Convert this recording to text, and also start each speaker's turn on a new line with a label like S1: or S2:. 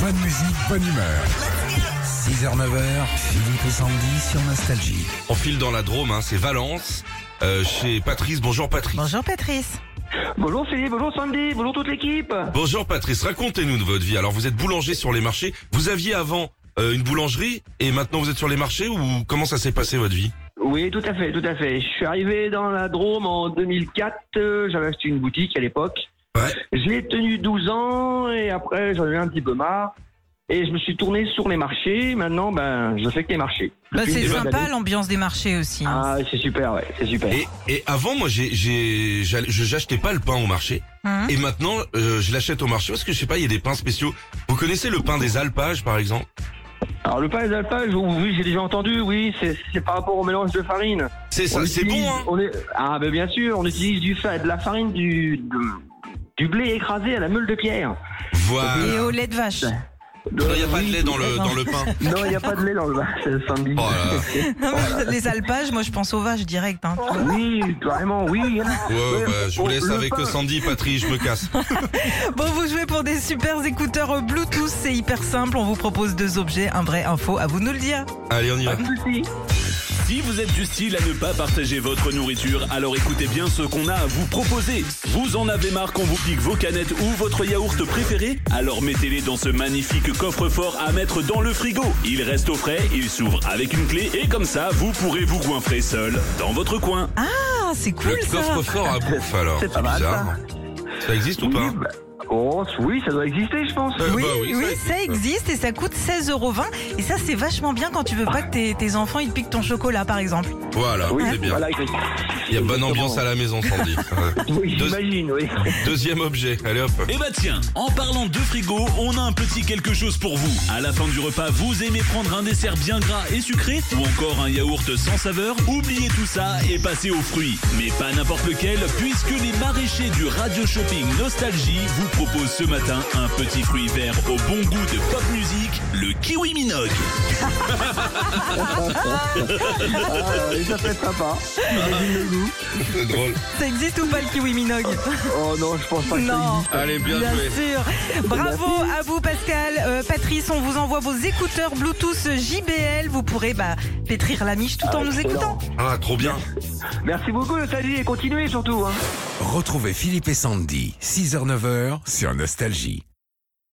S1: Bonne musique, bonne humeur. 6h, 9h, Philippe et Sandy sur Nostalgie.
S2: On file dans la Drôme, hein, c'est Valence, euh, chez Patrice. Bonjour Patrice.
S3: Bonjour Patrice.
S4: Bonjour Philippe, bonjour Sandy, bonjour toute l'équipe.
S2: Bonjour Patrice, racontez-nous de votre vie. Alors vous êtes boulanger sur les marchés. Vous aviez avant euh, une boulangerie et maintenant vous êtes sur les marchés ou comment ça s'est passé votre vie
S4: Oui, tout à fait, tout à fait. Je suis arrivé dans la Drôme en 2004. euh, J'avais acheté une boutique à l'époque.
S2: Ouais.
S4: Je l'ai tenue 12 ans et après j'en ai eu un petit peu marre. Et je me suis tourné sur les marchés. Maintenant, ben, je fais que les marchés.
S3: Bah,
S4: Depuis
S3: c'est
S4: une dizaine
S3: sympa
S4: d'années.
S3: l'ambiance des marchés aussi. hein.
S4: Ah, c'est super, ouais, c'est super.
S2: Et, et avant moi, j'ai, j'ai, j'allais- je j'achetais pas le pain au marché.
S3: Hein
S2: Et maintenant, euh, je l'achète au marché parce que je sais pas, il y a des pains spéciaux. Vous connaissez le pain des alpages par exemple
S4: Alors le pain des alpages, oui, j'ai déjà entendu. Oui, c'est c'est par rapport au mélange de farine.
S2: C'est
S4: On
S2: ça, c'est
S4: utilise-
S2: bon. Hein
S4: on est- Ah ben bien sûr, on utilise du fa- de la farine du, de- du blé écrasé à la meule de pierre.
S2: voilà.
S3: Et au lait de vache.
S2: Non, oh, Il y a pas de
S4: Oui,
S2: lait dans le
S3: non.
S2: dans le pain.
S4: Non, il n'y a pas de lait dans le vin, c'est le samedi.
S2: Oh là là.
S3: Les alpages, moi je pense aux vaches direct. hein.
S4: Oui, carrément, oui.
S2: Ouais, bah, je vous
S4: Oh,
S2: laisse
S4: le
S2: avec
S4: pain.
S2: euh, Sandy, Patrice, je me casse.
S3: Bon, vous jouez pour des super écouteurs Bluetooth, c'est hyper simple. On vous propose deux objets, un vrai, un faux, à vous de nous le dire.
S2: Allez, on y va.
S4: Merci.
S5: Si vous êtes du style à ne pas partager votre nourriture, alors écoutez bien ce qu'on a à vous proposer. Vous en avez marre qu'on vous pique vos canettes ou votre yaourt préféré Alors mettez-les dans ce magnifique coffre-fort à mettre dans le frigo. Il reste au frais, il s'ouvre avec une clé et comme ça, vous pourrez vous goinfrer seul dans votre coin.
S3: Ah, c'est cool
S2: Le
S3: ça.
S2: coffre-fort à bouffe, alors.
S4: C'est pas mal,
S2: bizarre. Ça existe ou
S4: Oui,
S2: pas
S4: bah, oh, oui, ça doit exister, je pense.
S2: Euh,
S3: Oui,
S2: bah
S3: oui,
S2: ça
S3: ça, existe et ça coûte 16,20€. Et ça, c'est vachement bien quand tu veux pas que tes, tes enfants ils te piquent ton chocolat par exemple.
S2: Voilà, c'est bien.
S4: Voilà,
S2: Il y a bonne ambiance à la maison, Sandy. Ouais.
S4: Oui,
S2: Deux-
S4: j'imagine, oui.
S2: Deuxième objet, allez hop.
S5: Eh bah tiens, en parlant de frigo, on a un petit quelque chose pour vous. À la fin du repas, vous aimez prendre un dessert bien gras et sucré ou encore un yaourt sans saveur Oubliez tout ça et passez aux fruits. Mais pas n'importe lequel, puisque les maraîchers du Radio Shopping Nostalgie vous proposent ce matin un petit fruit vert au bon goût de pop music, le kiwi Minogue.
S4: Ah, et ça peut être sympa. J'imagine le goût.
S2: C'est drôle.
S3: Ça existe ou pas le kiwi Minogue
S4: Oh non, je pense pas que ça
S3: Non.
S4: existe.
S2: Allez, bien
S3: Bien
S2: joué.
S3: sûr. Bravo à vous, Pascal. Euh, Patrice, on vous envoie vos écouteurs Bluetooth JBL. Vous pourrez bah, pétrir la miche tout en nous
S4: excellent.
S3: écoutant.
S2: Ah, trop bien.
S4: Merci beaucoup, Nathalie, et continuez surtout. hein.
S1: Retrouvez Philippe et Sandy, 6h, 9h sur Nostalgie.